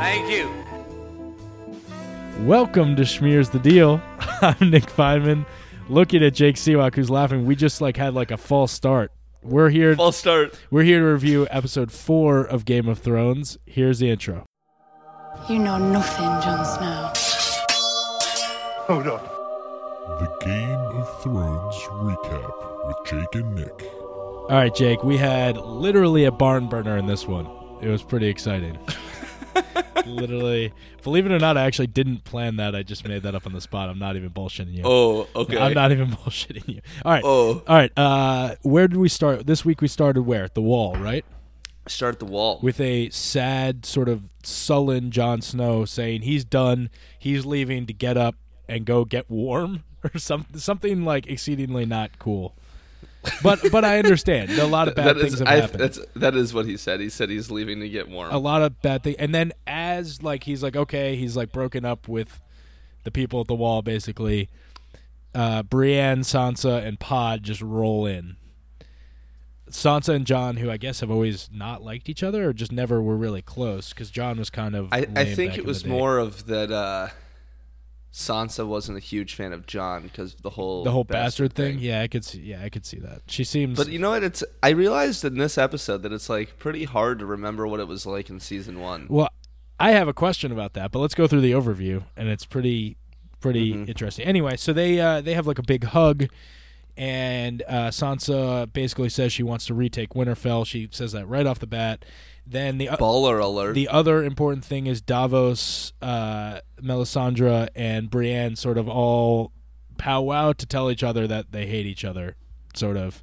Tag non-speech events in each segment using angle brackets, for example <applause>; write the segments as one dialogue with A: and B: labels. A: Thank you.
B: Welcome to Schmears the Deal. <laughs> I'm Nick Feynman, looking at Jake Siwak, who's laughing. We just like had like a false start. We're here.
A: False start.
B: We're here to review episode four of Game of Thrones. Here's the intro.
C: You know nothing, Jon Snow.
D: The Game of Thrones recap with Jake and Nick.
B: All right, Jake. We had literally a barn burner in this one. It was pretty
A: <laughs>
B: exciting. literally, believe it or not, I actually didn't plan that. I just made that up on the spot. I'm not even bullshitting you.
A: Oh, okay.
B: I'm not even <laughs> bullshitting you. All right.
A: Oh.
B: All right. Uh, where did we start? This week we started where? At the wall, right?
A: Start at the wall.
B: With a sad, sort of sullen Jon Snow saying he's done, he's leaving to get up and go get warm <laughs> or something, something like exceedingly not cool. But but I understand a lot of bad
E: That
B: things
E: is,
B: have
E: I,
B: happened.
E: that's that is what he said. He said he's leaving to get warm.
B: a lot of bad things. And then as like he's like okay, he's like broken up with the people at the wall basically. Uh, Brienne, Sansa, and Pod just roll in. Sansa and John, who I guess have always not liked each other or just never were really close, because John was kind of.
E: I, I
B: lame
E: think
B: back in
E: it
B: the
E: was
B: day.
E: more of that. Uh, Sansa wasn't a huge fan of John because the whole
B: the whole bastard, thing. Yeah, I could see. Yeah, I could see that. She seems.
E: But you know what? It's I realized in this episode that it's like pretty hard to remember what it was like in season one.
B: Well, I have a question about that, but let's go through the overview, and it's pretty, pretty interesting. Anyway, so they uh, they have like a big hug, and uh, Sansa basically says she wants to retake Winterfell. She says that right off the bat. Then the o-
E: Baller alert.
B: the other important thing is Davos, uh, Melisandre, and Brienne sort of all powwow to tell each other that they hate each other, sort of,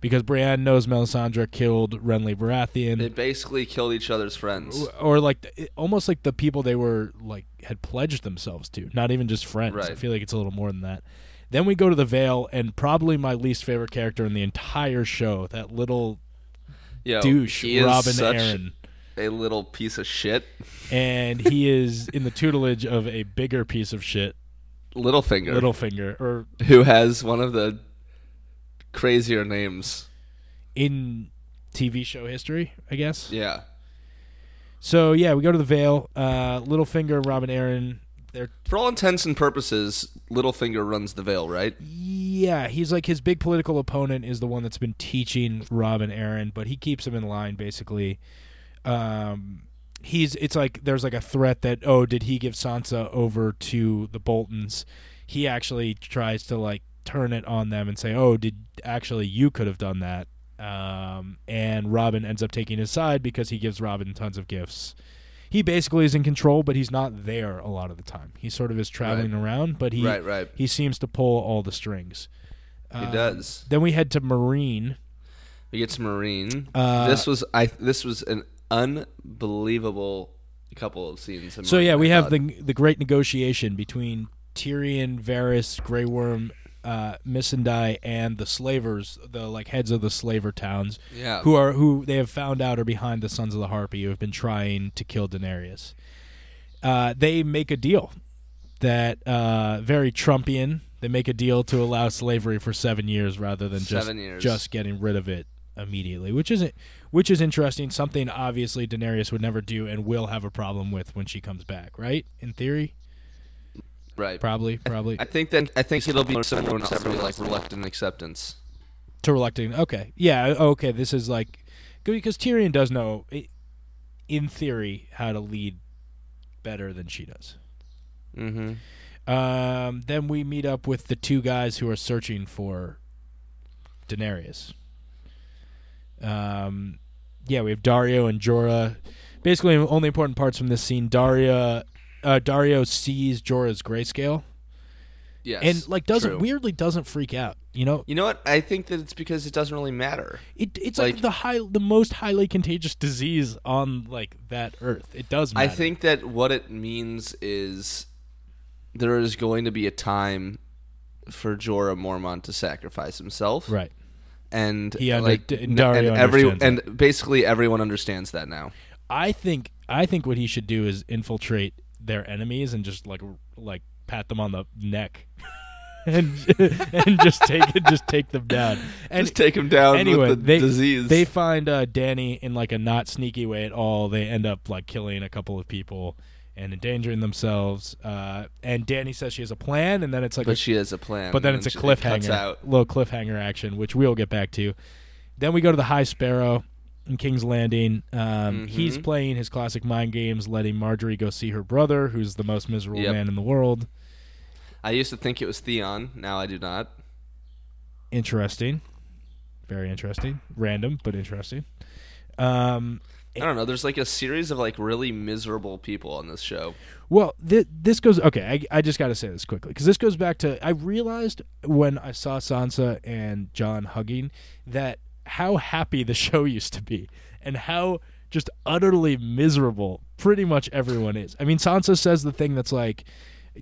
B: because Brienne knows Melisandre killed Renly Baratheon
E: they basically killed each other's friends.
B: or like the- almost like the people they were like had pledged themselves to, not even just friends. I
E: Right.
B: feel like it's a little more than that. Then we go to the Vale, and probably my least favorite character in the entire show, that little
E: Yo,
B: douche
E: Oh, he is
B: Robin
E: such
B: Aaron,
E: a little piece of shit.
B: and
E: <laughs>
B: he is in the tutelage of a bigger piece of shit,
E: Littlefinger,
B: Littlefinger, or
E: who has one of the crazier names.
B: in TV show history, I guess.
E: Yeah.
B: So yeah, we go to the Vale. Uh, Littlefinger, and Robin Aaron, they're
E: For all intents and purposes, Littlefinger runs the veil, right?
B: Yeah, he's like his big political opponent is the one that's been teaching Robin Aaron, but he keeps him in line basically. Um, he's it's like there's like a threat that oh did he give Sansa over to the Boltons? He actually tries to like turn it on them and say oh did actually you could have done that. Um, and Robin ends up taking his side because he gives Robin tons of gifts. He basically is in control, but he's not there a lot of the time. He sort of is traveling around, but he
E: Right, right.
B: he seems to pull all the strings.
E: He
B: Uh,
E: does.
B: Then we head to Marine.
E: We get to Marine.
B: Uh,
E: this was I. This was an unbelievable couple of scenes. in
B: So
E: Marine,
B: yeah,
E: I
B: we have
E: thought.
B: the the great negotiation between Tyrion, Varys, Grey Worm, uh, Missandei, and the slavers, the like heads of the slaver towns,
E: Yeah.
B: who are who they have found out are behind the Sons of the Harpy, who have been trying to kill Daenerys. Uh, they make a deal that uh, very Trumpian. They make a deal to allow slavery for seven years rather than just
E: Seven years.
B: just getting rid of it immediately, which isn't which is interesting. Something obviously Daenerys would never do and will have a problem with when she comes back, right? In theory,
E: right.
B: probably, probably
E: I think then I think it'll be similar to everyone like reluctant acceptance.
B: to reluctant. Okay, yeah, okay. This is like good because Tyrion does know, i- in theory, how to lead better than she does.
E: Mm-hmm.
B: Um, then we meet up with the two guys who are searching for Daenerys. Um, yeah, we have Dario and Jorah. Basically, only important parts from this scene. Daria, uh, Dario sees Jorah's grayscale
E: Yes.
B: and like doesn't
E: true.
B: weirdly doesn't freak out. You know,
E: You know what? I think that it's because it doesn't really matter.
B: it, it's like,
E: Like-
B: the high, the most highly contagious disease on like that earth. It does.
E: I
B: Matter.
E: think that what it means is there is going to be a time for Jorah Mormont to sacrifice himself.
B: right.
E: And
B: He under-
E: like
B: d-
E: n-
B: Dario
E: and every
B: understands
E: and basically everyone understands that now.
B: I think I think what he should do is infiltrate their enemies and just like like pat them on the neck. <laughs> and and just take it, just take them down. And
E: Just take him down
B: anyway,
E: with the
B: they
E: disease.
B: they find uh, Danny in like a not sneaky way at all. They end up like killing a couple of people and endangering themselves. Uh, and Danny says she has a plan, and then it's like a
E: but she has a plan.
B: but then
E: and
B: it's a
E: she- it cuts
B: cliffhanger,
E: out.
B: little cliffhanger action, which we'll get back to. Then we go to the High Sparrow in King's Landing. Um, He's
E: Mhm.
B: playing his classic mind games, letting Marjorie go see her brother, who's the most miserable
E: Yep.
B: man in the world.
E: I used to think it was Theon. Now I do not.
B: Interesting, very interesting, random but interesting. Um,
E: I don't know. There's like a series of like really miserable people on this show.
B: Well, th- this goes okay. I, I just got to say this quickly because this goes back to I realized when I saw Sansa and John hugging that how happy the <laughs> show used to be and how just utterly miserable pretty much everyone is. I mean, Sansa says the thing that's like,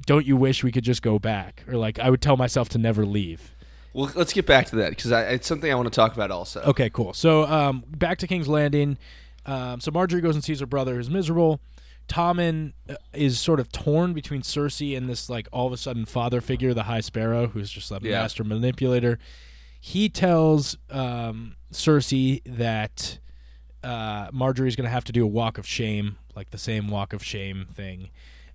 B: "Don't you wish we could just go back?" Or like, "I would tell myself to never leave."
E: Well, let's get back to that because it's something I want to talk about also.
B: Okay, cool. So um, back to King's Landing. Um, so Marjorie goes and sees her brother, who's miserable. Tommen uh, is sort of torn between Cersei and this like all of a sudden father figure, the High Sparrow, who's just a
E: Yeah.
B: master manipulator. He tells um, Cersei that uh, Marjorie's going to have to do a walk of shame, like the same walk of shame thing.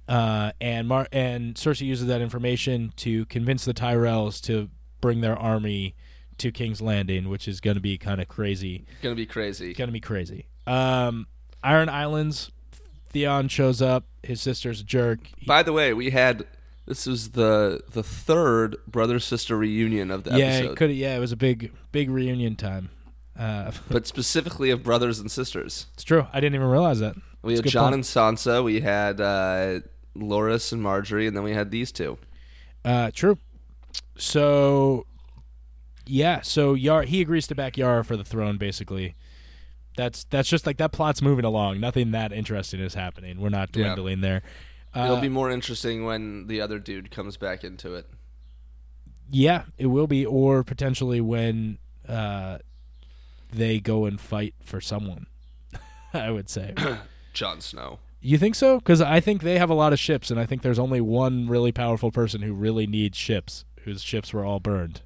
B: Uh, and Mar- and Cersei uses that information to convince the Tyrells to bring their army to King's Landing, which is going to be kind of crazy.
E: It's gonna be crazy.
B: Going to be crazy. Um, Iron Islands. Theon shows up. His sister's a jerk. He-
E: By the way, we had this was the the third brother sister reunion of the
B: yeah, it
E: episode,
B: could. Yeah, it was a big, big reunion time. Uh,
E: but specifically of brothers and sisters.
B: it's true. I didn't even realize that.
E: We
B: It's a
E: had
B: good
E: John
B: point.
E: and Sansa. We had uh, Loris and Marjorie, and then we had these two.
B: Uh, true. So, yeah. So Yar he agrees to back Yara for the throne. Basically, that's that's just like that plot's moving along. Nothing that interesting is happening. We're not
E: Yeah.
B: dwindling there. Uh,
E: It'll be more interesting when the other dude comes back into it.
B: Yeah, it will be, or potentially when uh, they go and fight for someone. <laughs> I would say.
E: Jon Snow.
B: You think so? Because I think they have a lot of ships, and I think there's only one really powerful person who really needs ships, whose ships were all burned.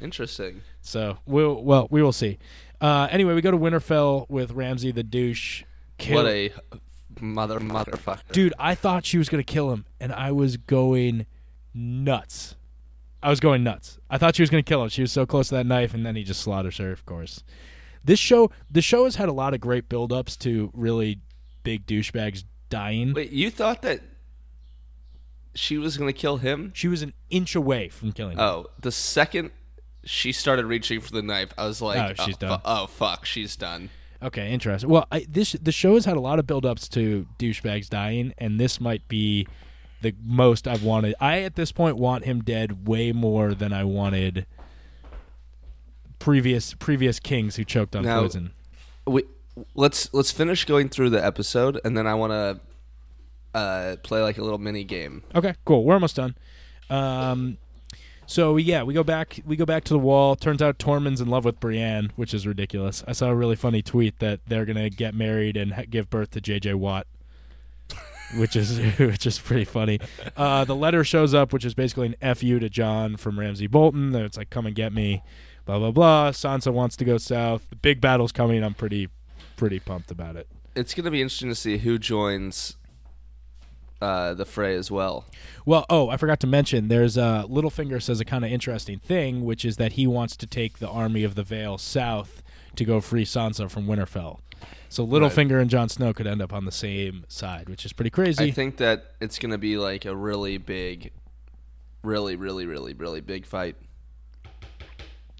E: Interesting.
B: So we'll well we will see. Uh, anyway, we go to Winterfell with Ramsey the douche. Kill-
E: What a mother motherfucker.
B: dude! I thought she was gonna kill him, and I was going nuts. I was going nuts. I thought she was gonna kill him. She was so close to that knife, and then he just slaughters her. Of course, this show the show has had a lot of great build-ups to really big douchebags dying.
E: Wait, you thought that she was gonna kill him?
B: She was an inch away from killing. him.
E: Oh, the second she started reaching for the knife, I was like,
B: Oh, she's
E: fu-
B: done.
E: oh fuck, she's done.
B: Okay, interesting. Well, I, this the show has had a lot of build-ups to douchebags dying, and this might be the most I've wanted. I at this point want him dead way more than I wanted previous previous kings who choked on
E: Now-
B: poison.
E: We, let's let's finish going through the episode, and then I want to uh, play like a little mini game.
B: Okay, cool. We're almost done. Um, so yeah, we go back. We go back to the wall. Turns out Tormund's in love with Brienne, which is ridiculous. I saw a really funny tweet that they're gonna get married and ha- give birth to J.J. Watt, <laughs> which is <laughs> which is pretty funny. Uh, the letter shows up, which is basically an "fu" to John from Ramsey Bolton. It's like, "Come and get me," blah blah blah. Sansa wants to go south. The big battle's coming. I'm pretty pretty pumped about it.
E: It's gonna be interesting to see who joins uh, the fray as well.
B: Well, oh, I forgot to mention. There's uh, Littlefinger says a kind of interesting thing, which is that he wants to take the army of the Vale south to go free Sansa from Winterfell. So Littlefinger and Jon Snow could end up on the same side, which is pretty crazy.
E: I think that it's gonna be like a really big, really, really, really, really big fight.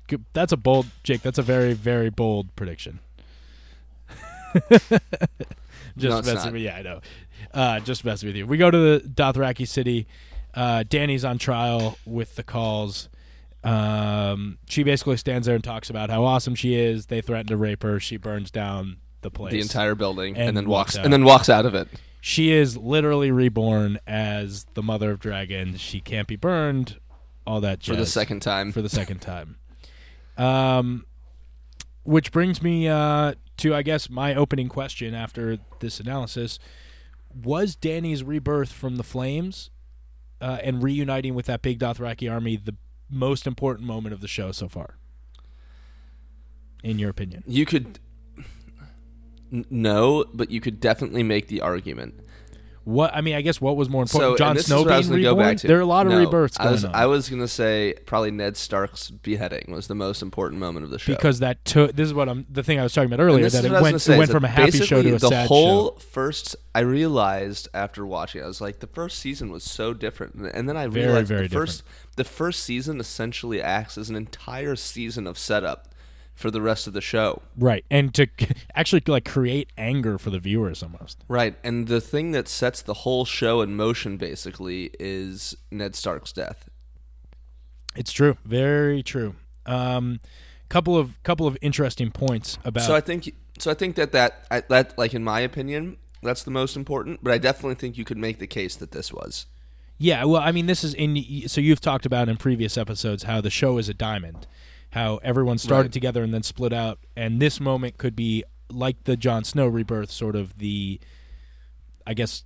B: Good- that's a bold, Jake. That's a very, very bold
E: <laughs>
B: prediction. just
E: No, it's
B: messing
E: not.
B: with yeah, I know. Uh, just messing with you. We go to the Dothraki city. Uh, Danny's on trial with the calls. Um, she basically stands there and talks about how awesome she is. They threaten to rape her. She burns down the place.
E: The entire building, and,
B: And
E: then
B: walks
E: walks,
B: out.
E: and then walks out of it.
B: she is literally reborn as the mother of dragons. She can't be burned. All that
E: for the
B: jazz.
E: second time.
B: for the second time. Um, which brings me uh, to, I guess, my opening question after this analysis: Was Danny's rebirth from the flames uh, and reuniting with that big Dothraki army the most important moment of the show so far? In your opinion,
E: You could n- no, but you could definitely make the argument.
B: what I mean, I guess what was more important?
E: So
B: Jon
E: and this
B: Snow
E: is what I was
B: being
E: gonna
B: reborn.
E: go back to.
B: There are a lot of
E: No,
B: rebirths going
E: I was
B: on.
E: I was gonna say probably Ned Stark's beheading was the most important moment of the show.
B: because that took. This is what I'm. The thing I was talking about
E: And
B: earlier
E: this
B: that
E: is
B: it
E: what I was
B: went
E: gonna say,
B: it went
E: is
B: from a
E: that
B: happy show
E: basically
B: to a
E: the
B: sad
E: whole
B: show.
E: first. I realized after watching, it, I was like, the first season was so different, And- and then I
B: Very,
E: realized
B: very
E: the first the first season essentially acts as an entire season of setup for the rest of the show.
B: Right, and to c- <laughs> actually like create anger for the viewers almost.
E: Right, and the thing that sets the whole show in motion basically is Ned Stark's death.
B: It's true, very true. Um, couple of couple of interesting points about.
E: So I think so. I think that that I, that like in my opinion, that's the most important. But I definitely think you could make the case that this was.
B: yeah, well, I mean, this is in. So you've talked about in previous episodes how the show is a diamond, how everyone started
E: Right.
B: together and then split out, and this moment could be like the Jon Snow rebirth, sort of the, I guess,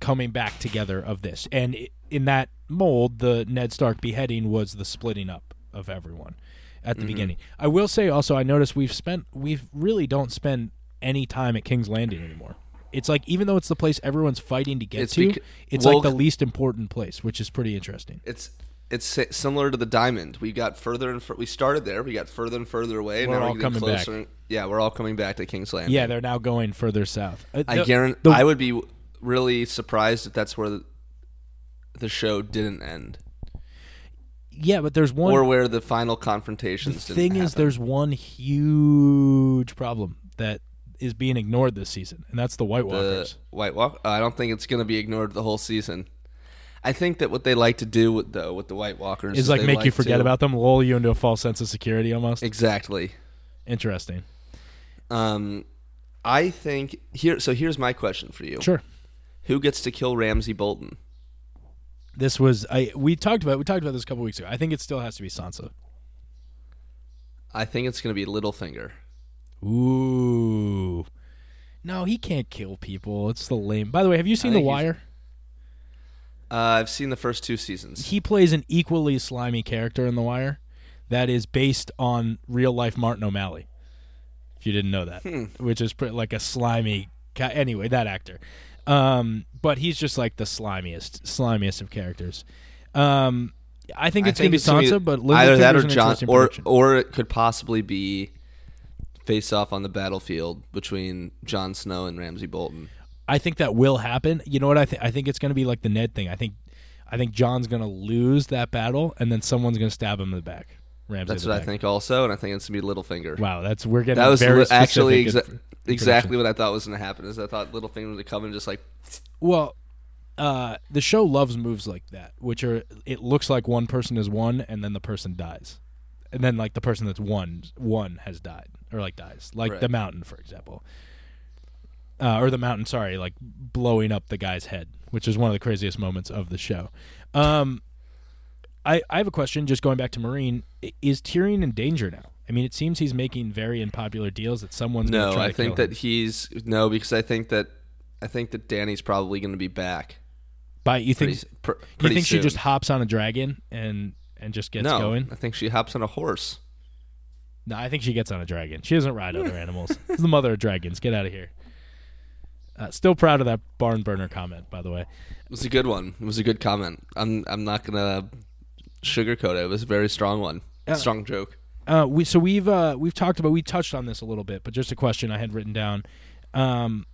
B: coming back together of this, and i- in that mold, the Ned Stark beheading was the splitting up of everyone at the
E: Mm-hmm.
B: beginning. I will say also, I noticed we've spent we really don't spend any time at King's Landing anymore. It's like even though it's the place everyone's fighting to get
E: It's
B: to,
E: becau-
B: it's
E: well,
B: like the least important place, which is pretty interesting.
E: It's it's si- similar to the diamond. We got further and fur- we started there. We got further and further away. and
B: We're
E: now
B: all
E: we're getting
B: coming back.
E: closer. Yeah, we're all coming back to King's Landing.
B: Yeah, they're now going further south. Uh,
E: I
B: the-
E: guarantee.
B: the-
E: I would be really surprised if that's where the, the show didn't end,
B: yeah, but there's one
E: or where the final confrontations.
B: The
E: didn't
B: thing is,
E: happen.
B: there's one huge problem that is being ignored this season, and that's the White Walkers.
E: the White Walk. uh, I don't think it's going to be ignored the whole season. I think that what they like to do with though with the White Walkers
B: is like
E: they
B: make you forget
E: to-
B: about them, lull you into a false sense of security almost.
E: exactly.
B: Interesting.
E: Um, I think here. So here's my question for you:
B: Sure.
E: Who gets to kill Ramsey Bolton?
B: This was I we talked about we talked about this a couple weeks ago. I think it still has to be Sansa.
E: I think it's going to be Littlefinger.
B: Ooh. No, he can't kill people. It's the lame. By the way, have you seen The
E: think he's-
B: Wire?
E: Uh, I've seen the first two seasons.
B: He plays an equally slimy character in The Wire that is based on real life Martin O'Malley. If you didn't know that,
E: Hmm.
B: which is pretty, like a slimy. Ca- anyway, that actor. Um, but he's just like the slimiest, slimiest of characters. Um, I think
E: I
B: it's going to be
E: gonna
B: Sansa, but
E: either that or
B: Littlefinger's an
E: John,
B: interesting
E: or
B: prediction.
E: or it could possibly be face off on the battlefield between Jon Snow and Ramsey Bolton.
B: I think that will happen. You know what I think? I think it's going to be like the Ned thing. I think, I think John's going to lose that battle, and then someone's going to stab him in the back. Ramsay.
E: That's what I think also, and I think it's gonna be Littlefinger.
B: Wow, that's we're getting
E: That was
B: very
E: li- actually
B: specific
E: exa-
B: in-
E: exactly what I thought was going to happen. Is I thought Littlefinger would come and just like
B: Well, uh, the show loves moves like that, which are it looks like one person is one, and then the person dies, and then like the person that's one one has died or like dies, like
E: Right.
B: the mountain, for example, uh, or the mountain. Sorry, like blowing up the guy's head, which is one of the craziest moments of the show. Um, I I have a question. Just going back to Marine, I- is Tyrion in danger now? I mean, it seems he's making very unpopular deals that someone's gonna
E: no.
B: try
E: I
B: to
E: think
B: kill him.
E: that he's no because I think that I think that Danny's probably going to be back.
B: by you
E: Pretty,
B: think
E: s- pr-
B: You
E: pretty
B: think she
E: soon.
B: just hops on a dragon and and just gets
E: no?
B: going?
E: I think she hops on a horse.
B: No, I think she gets on a dragon. She doesn't
E: <laughs>
B: ride other animals. She's the mother of dragons. Get out of here. Uh, still proud of that barn burner comment, by the way.
E: It was a good one. It was a good comment. I'm I'm not gonna sugarcoat it. It was a very strong one. strong joke.
B: Uh, we so we've uh, we've talked about we touched on this a little bit, but just a question I had written down. Um,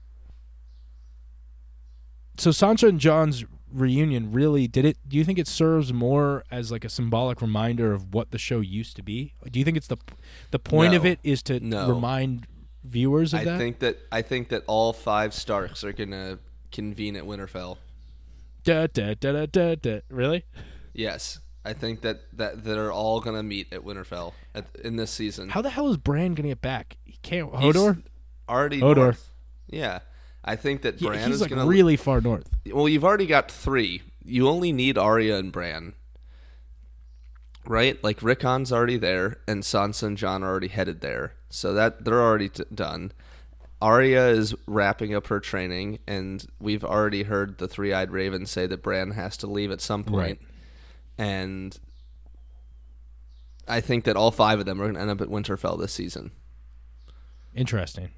B: so Sansa and John's reunion really did it. Do you think it serves more as like a symbolic reminder of what the show used to be? Do you think it's the the point of
E: No.
B: it is to
E: No.
B: remind viewers of
E: I
B: that?
E: think that I think that all five Starks are going to convene at Winterfell.
B: Da, da, da, da, da, da. Really?
E: Yes, I think that that they're all going to meet at Winterfell at, in this season.
B: How the hell is Bran gonna get back? He can't.
E: He's
B: Hodor.
E: already
B: Hodor.
E: north. Yeah, I think that
B: Yeah,
E: Bran
B: he's
E: is
B: like
E: going to
B: really far north.
E: Well, you've already got three. You only need Arya and Bran, right? Like Rickon's already there, and Sansa and John are already headed there, so that they're already t- done. Arya is wrapping up her training, and we've already heard the Three Eyed Raven say that Bran has to leave at some point. And I think that all five of them are going to end up at Winterfell this season.
B: Interesting.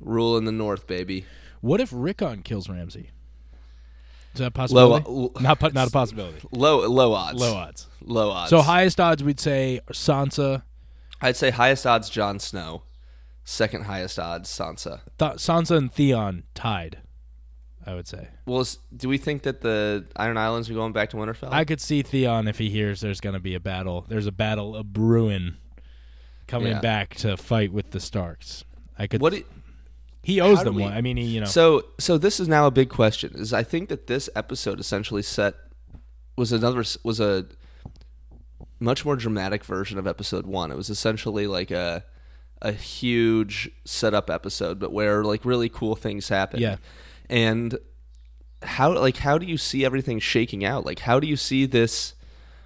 E: Rule in the North, baby.
B: What if Rickon kills Ramsey? Is that a
E: Low,
B: possibility?
E: low,
B: not po- not a possibility.
E: low, low odds.
B: Low odds.
E: Low odds.
B: So highest odds we'd say Sansa.
E: I'd say highest odds Jon Snow, second highest odds Sansa.
B: Th- Sansa and Theon tied. I would say.
E: Well, is, do we think that the Iron Islands are going back to Winterfell?
B: I could see Theon if he hears there's going to be a battle. There's a battle a brewing coming
E: Yeah.
B: back to fight with the Starks. I could.
E: what? i-
B: he owes
E: how do
B: them
E: we-
B: one. I mean, he, you know.
E: So, so this is now a big question. Is I think that this episode essentially set was another s- was a much more dramatic version of episode one. It was essentially like a a huge setup episode, but where like really cool things happen.
B: Yeah.
E: and how like how do you see everything shaking out? Like how do you see this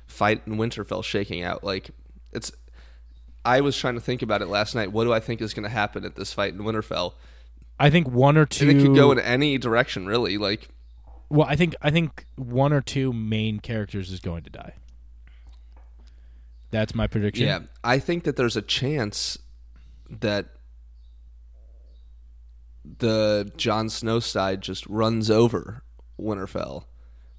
E: fight in Winterfell shaking out? Like it's I was trying to think about it last night. What do I think is going to happen at this fight in Winterfell?
B: I think one or two.
E: And it could go in any direction, really. Like,
B: well, I think I think one or two main characters is going to die. That's my prediction.
E: yeah, I think that there's a chance that the Jon Snow side just runs over Winterfell,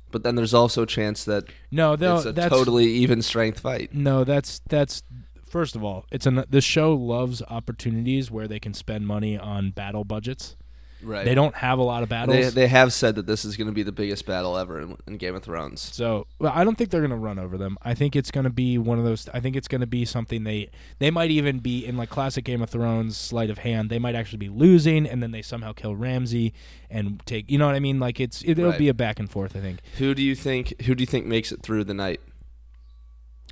E: but then there's also a chance that
B: No, though,
E: it's a
B: that's
E: totally even strength fight.
B: No, that's that's first of all, it's an the show loves opportunities where they can spend money on battle budgets.
E: Right.
B: They don't have a lot of battles.
E: They, they have said that this is going to be the biggest battle ever in, in Game of Thrones.
B: So, well, I don't think they're going to run over them. I think it's going to be one of those. I think it's going to be something they they might even be in like classic Game of Thrones sleight of hand. They might actually be losing, and then they somehow kill Ramsey and take. You know what I mean? Like it's it, it'll
E: Right.
B: be a back and forth. I think
E: Who do you think? Who do you think makes it through the night?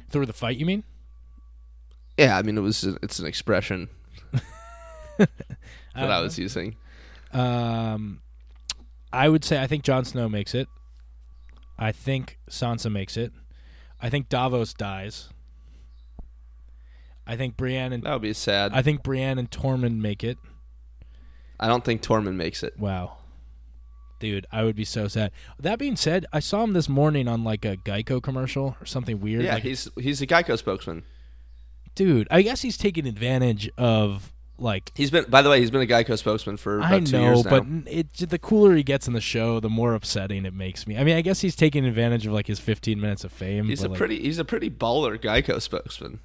B: through the fight. You mean?
E: Yeah, I mean it was it's an expression that
B: don't
E: I was using.
B: Um, I would say I think Jon Snow makes it. I think Sansa makes it. I think Davos dies. I think Brienne and
E: That would be sad.
B: I think Brienne and Tormund make it.
E: I don't think Tormund makes it.
B: Wow. Dude, I would be so sad. That being said, I saw him this morning on like a Geico commercial or something weird.
E: Yeah,
B: like,
E: he's he's a Geico spokesman.
B: dude, I guess he's taking advantage of like
E: He's been, by the way, he's been a Geico spokesman for about
B: I
E: two years
B: know,
E: now.
B: but it the cooler he gets in the show, the more upsetting it makes me. I mean, I guess he's taking advantage of like his 15 minutes of fame.
E: he's
B: but,
E: a
B: like,
E: pretty he's a pretty baller Geico spokesman.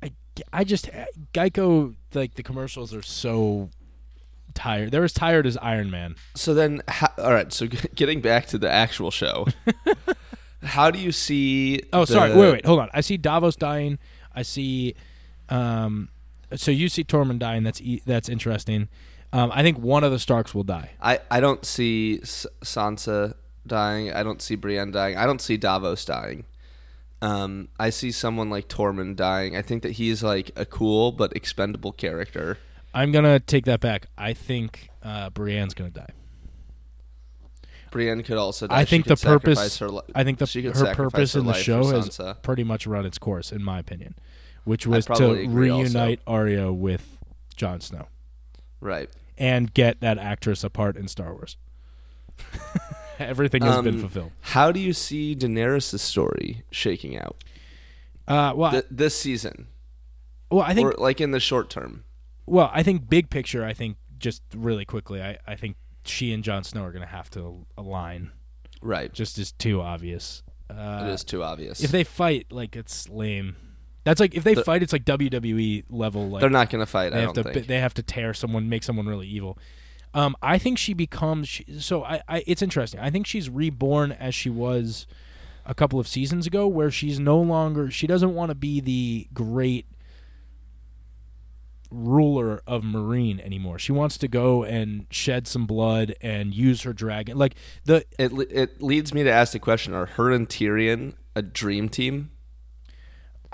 B: I, I just eh, Geico like the commercials are so tired. They're as tired as Iron Man.
E: So then, ha- all right. So g- getting back to the actual
B: <laughs>
E: show, how do you see?
B: Oh,
E: the-
B: sorry. Wait, wait, hold on. I see Davos dying. I see. Um, so you see Tormund dying. That's e- that's interesting. Um, I think one of the Starks will die.
E: I I don't see S- Sansa dying. I don't see Brienne dying. I don't see Davos dying. Um, I see someone like Tormund dying. I think that he's like a cool but expendable character.
B: I'm gonna take that back. I think uh, Brienne's gonna die.
E: Brienne could also. Die.
B: I
E: She
B: think the
E: could sacrifice
B: purpose.
E: Her li-
B: I think the
E: she could
B: her
E: sacrifice
B: purpose
E: her
B: in the
E: life
B: show
E: for
B: has
E: Sansa.
B: pretty much run its course, in my opinion, which was to
E: probably agree also.
B: reunite Arya with Jon Snow
E: Right.
B: and get that actress apart in Star Wars. <laughs> Everything has been
E: Um,
B: fulfilled.
E: How do you see Daenerys' story shaking out
B: Uh, well,
E: Th- this season,
B: well, I think
E: or like in the short term?
B: Well, I think big picture. I think just really quickly. I, I think she and Jon Snow are going to have to align.
E: Right,
B: Just is too obvious. Uh,
E: it is too obvious.
B: If they fight, like it's lame. That's like if they fight, it's like WWE level. Like
E: They're not going to fight.
B: They
E: I
B: have
E: don't
B: to.
E: think.
B: They have to tear someone, make someone really evil. Um, I think she becomes. She, so I, I. It's interesting. I think she's reborn as she was a couple of seasons ago, where she's no longer. She doesn't want to be the great ruler of Marine anymore. She wants to go and shed some blood and use her dragon. Like the
E: it le- it leads me to ask the question: Are her and Tyrion a dream team?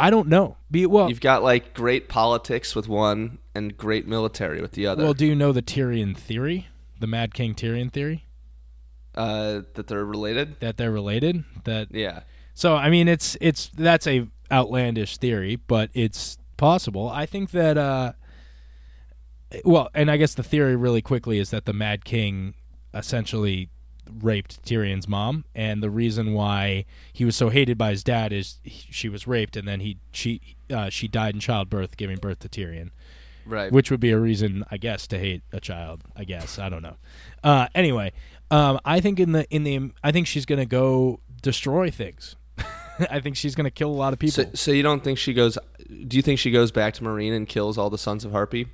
B: I don't know. Be well.
E: You've got like great politics with one and great military with the other.
B: Well, do you know the Tyrion theory? The Mad King Tyrion theory
E: uh, that they're related.
B: that they're related. That
E: Yeah,
B: So I mean, it's it's that's a outlandish theory, but it's possible. I think that uh, well, and I guess the theory really quickly is that the Mad King essentially raped Tyrion's mom, and the reason why he was so hated by his dad is he, she was raped, and then he she uh, she died in childbirth, giving birth to Tyrion,
E: Right.
B: which would be a reason, I guess, to hate a child. I guess I don't know. Uh, anyway, um, I think in the in the I think she's gonna go destroy things. <laughs> I think she's gonna kill a lot of people.
E: so, so you don't think she goes? Do you think she goes back to Marine and kills all the sons of Harpy?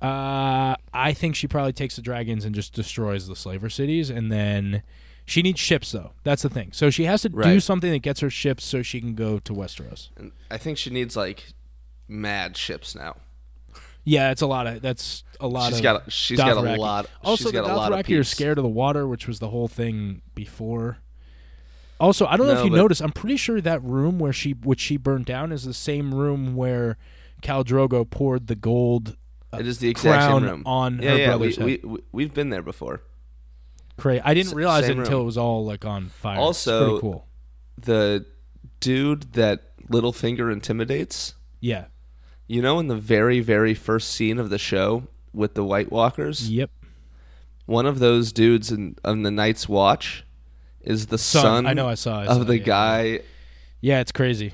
B: Uh, I think she probably takes the dragons and just destroys the slaver cities, and then she needs ships though. That's the thing. So she has to do
E: Right.
B: something that gets her ships so she can go to Westeros.
E: And I think she needs like mad ships now.
B: Yeah, it's a lot of that's a lot
E: She's
B: of.
E: got a- she's got a
B: Dothraki.
E: lot-
B: Also,
E: she's
B: the
E: got a lot of
B: Dothraki are
E: peeps.
B: scared of the water, which was the whole thing before. Also, I don't know
E: No,
B: if you
E: but-
B: noticed. I'm pretty sure that room where she which she burned down is the same room where Cal Drogo poured the gold. uh,
E: It is the exact same
B: crown
E: room
B: on
E: yeah,
B: her
E: yeah,
B: brother's
E: we, we, we have been there before.
B: Cray. I didn't
E: S-
B: realize it
E: same
B: until
E: room.
B: it was all like on fire.
E: Also-
B: it's pretty cool.
E: The dude that Littlefinger intimidates.
B: Yeah.
E: You know, in the very very first scene of the show with the White Walkers,
B: Yep.
E: one of those dudes in on the Night's Watch is the
B: Son.
E: son.
B: I know, I saw, I
E: of
B: saw,
E: the
B: yeah.
E: guy.
B: Yeah, it's crazy.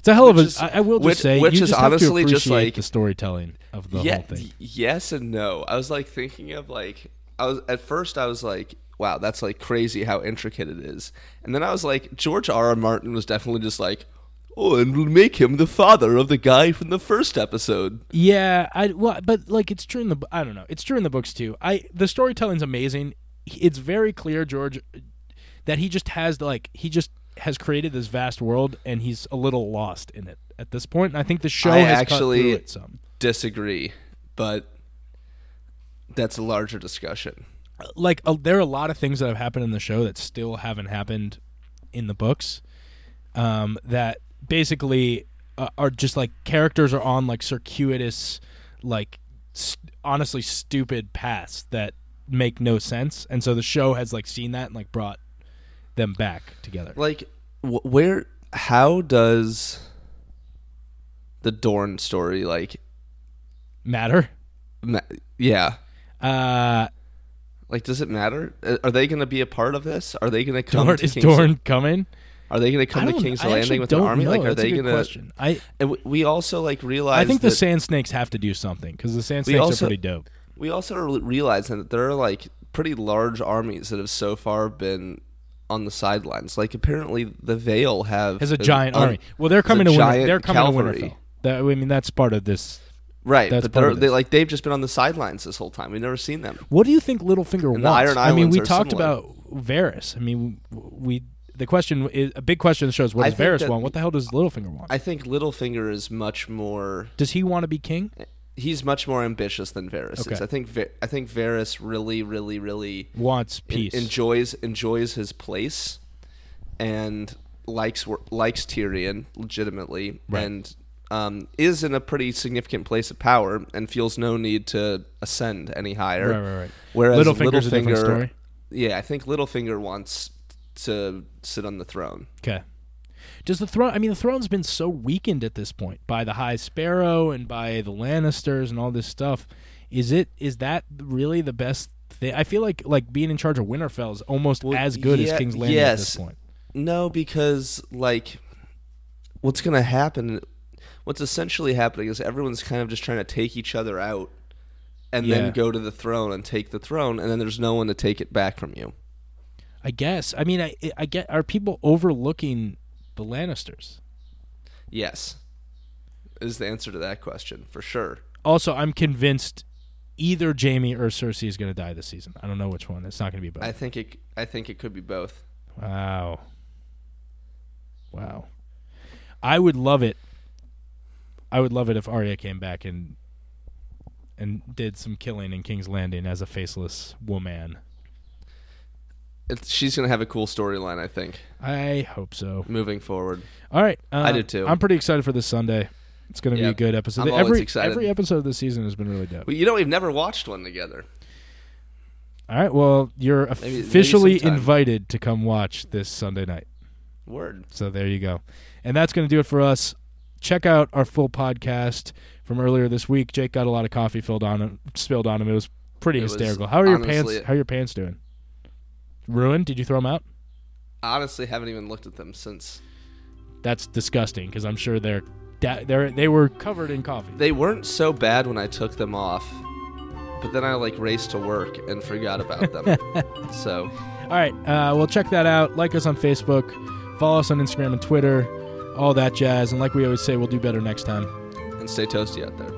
B: It's a hell of a. I
E: Which is-
B: I will just
E: which-
B: say,
E: which
B: you
E: is
B: just have to
E: honestly just
B: appreciate
E: like-
B: the storytelling of the
E: Yeah,
B: whole thing.
E: y- yes and no. I was like thinking of like I was at first I was like, wow, that's like crazy how intricate it is. And then I was like, George R. R. Martin was definitely just like, oh, and we'll make him the father of the guy from the first episode.
B: Yeah, I well, but like it's true in the. bu- I don't know. It's true in the books too. I the storytelling's amazing. It's very clear, George, that he just has like he just has created this vast world and he's a little lost in it at this point. And I think the show
E: I
B: has cut
E: actually-
B: through it some.
E: Disagree, but that's a larger discussion.
B: like uh, there are a lot of things that have happened in the show that still haven't happened in the books um, that basically uh, are just like characters are on like circuitous like st- honestly stupid paths that make no sense and so the show has like seen that and like brought them back together
E: Like, wh- where? How does the Dorn story like?
B: matter
E: Ma- yeah,
B: uh
E: Like, does it matter? Uh, Are they going to be a part of this? Are they going to come
B: Dorn,
E: to
B: is
E: King's?
B: Dorn coming?
E: Are they going to come
B: I
E: to
B: don't-
E: King's
B: I actually
E: Landing with an
B: don't
E: army?
B: know.
E: Like, are
B: That's a
E: they
B: good
E: going to?
B: question. I
E: We also like realize.
B: I think the
E: that
B: Sand Snakes have to do something because the Sand
E: We
B: Snakes
E: also-
B: are pretty dope.
E: we also re- realize that there are like pretty large armies that have so far been on the sidelines. Like, apparently the Vale have
B: Has a
E: an
B: giant
E: un-
B: army. Well, they're
E: has oh, a
B: coming to Winter,
E: giant
B: they're coming
E: cavalry.
B: to Winterfell. That, I mean, that's part of this.
E: Right,
B: That's
E: but
B: part
E: they're
B: of
E: they,
B: this.
E: like they've just been on the sidelines this whole time. We've never seen them.
B: What do you think Littlefinger
E: And the
B: wants?
E: Iron
B: I mean,
E: Islands
B: we
E: are
B: talked
E: similar.
B: about Varys. I mean, we the question is a big question in the show is what
E: I
B: does
E: think
B: Varys
E: that-
B: want? What the hell does Littlefinger want?
E: I think Littlefinger is much more
B: does he want to be king?
E: he's much more ambitious than Varys
B: Okay.
E: is. I think Ver- I think Varys really, really, really
B: Wants
E: en-
B: peace.
E: enjoys enjoys his place and likes wor- likes Tyrion legitimately
B: Right.
E: and um, is in a pretty significant place of power and feels no need to ascend any higher.
B: Right, right, right.
E: Whereas
B: Littlefinger's a
E: Littlefinger,
B: different story.
E: yeah, I think Littlefinger wants to sit on the throne.
B: Okay. Does the throne? I mean, the throne's been so weakened at this point by the High Sparrow and by the Lannisters and all this stuff. Is it? Is that really the best thing? I feel like like being in charge of Winterfell is almost
E: Well,
B: as good
E: yeah,
B: as King's Landing at
E: yes.
B: this point.
E: No, because like what's going to happen what's essentially happening is everyone's kind of just trying to take each other out and
B: Yeah.
E: then go to the throne and take the throne and then there's no one to take it back from you.
B: I guess. I mean, I I get. Are people overlooking the Lannisters?
E: Yes. Is the answer to that question for sure.
B: Also, I'm convinced either Jamie or Cersei is going to die this season. I don't know which one. It's not going to be
E: I
B: both.
E: think it I think it could be both.
B: wow. Wow. I would love it. I would love it if Arya came back and and did some killing in King's Landing as a faceless woman.
E: It's, she's going to have a cool storyline I think
B: I hope so.
E: moving forward.
B: All right, uh,
E: I do too.
B: I'm pretty excited for this Sunday. It's going to
E: Yeah.
B: be a good episode.
E: I'm always
B: every
E: excited.
B: every episode of this season has been really dope.
E: Well, you know we've never watched one together.
B: All right. Well, you're
E: maybe
B: officially
E: sometime.
B: invited to come watch this Sunday night.
E: Word.
B: So there you go. And that's going to do it for us. check out our full podcast from earlier this week. Jake got a lot of coffee filled on him, spilled on him. It was pretty
E: It was
B: hysterical. how are your
E: honestly-
B: pants? How are your pants doing? Ruined? Did you throw them out?
E: I honestly haven't even looked at them since
B: That's disgusting because I'm sure they're da- they're they were covered in coffee.
E: they weren't so bad when I took them off, but then I like raced to work and forgot about them. so
B: All right, uh, well check that out. Like us on Facebook, follow us on Instagram and Twitter, all that jazz. And like we always say, we'll do better next time.
E: and stay toasty out there.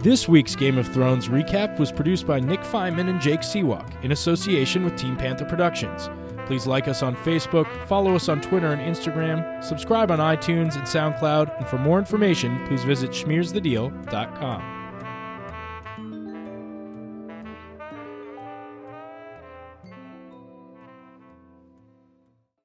B: This week's Game of Thrones recap was produced by Nick Feynman and Jake Seawalk in association with Team Panther Productions. Please like us on Facebook, follow us on Twitter and Instagram, subscribe on iTunes and SoundCloud, and for more information, please visit schmearsthedeal.com.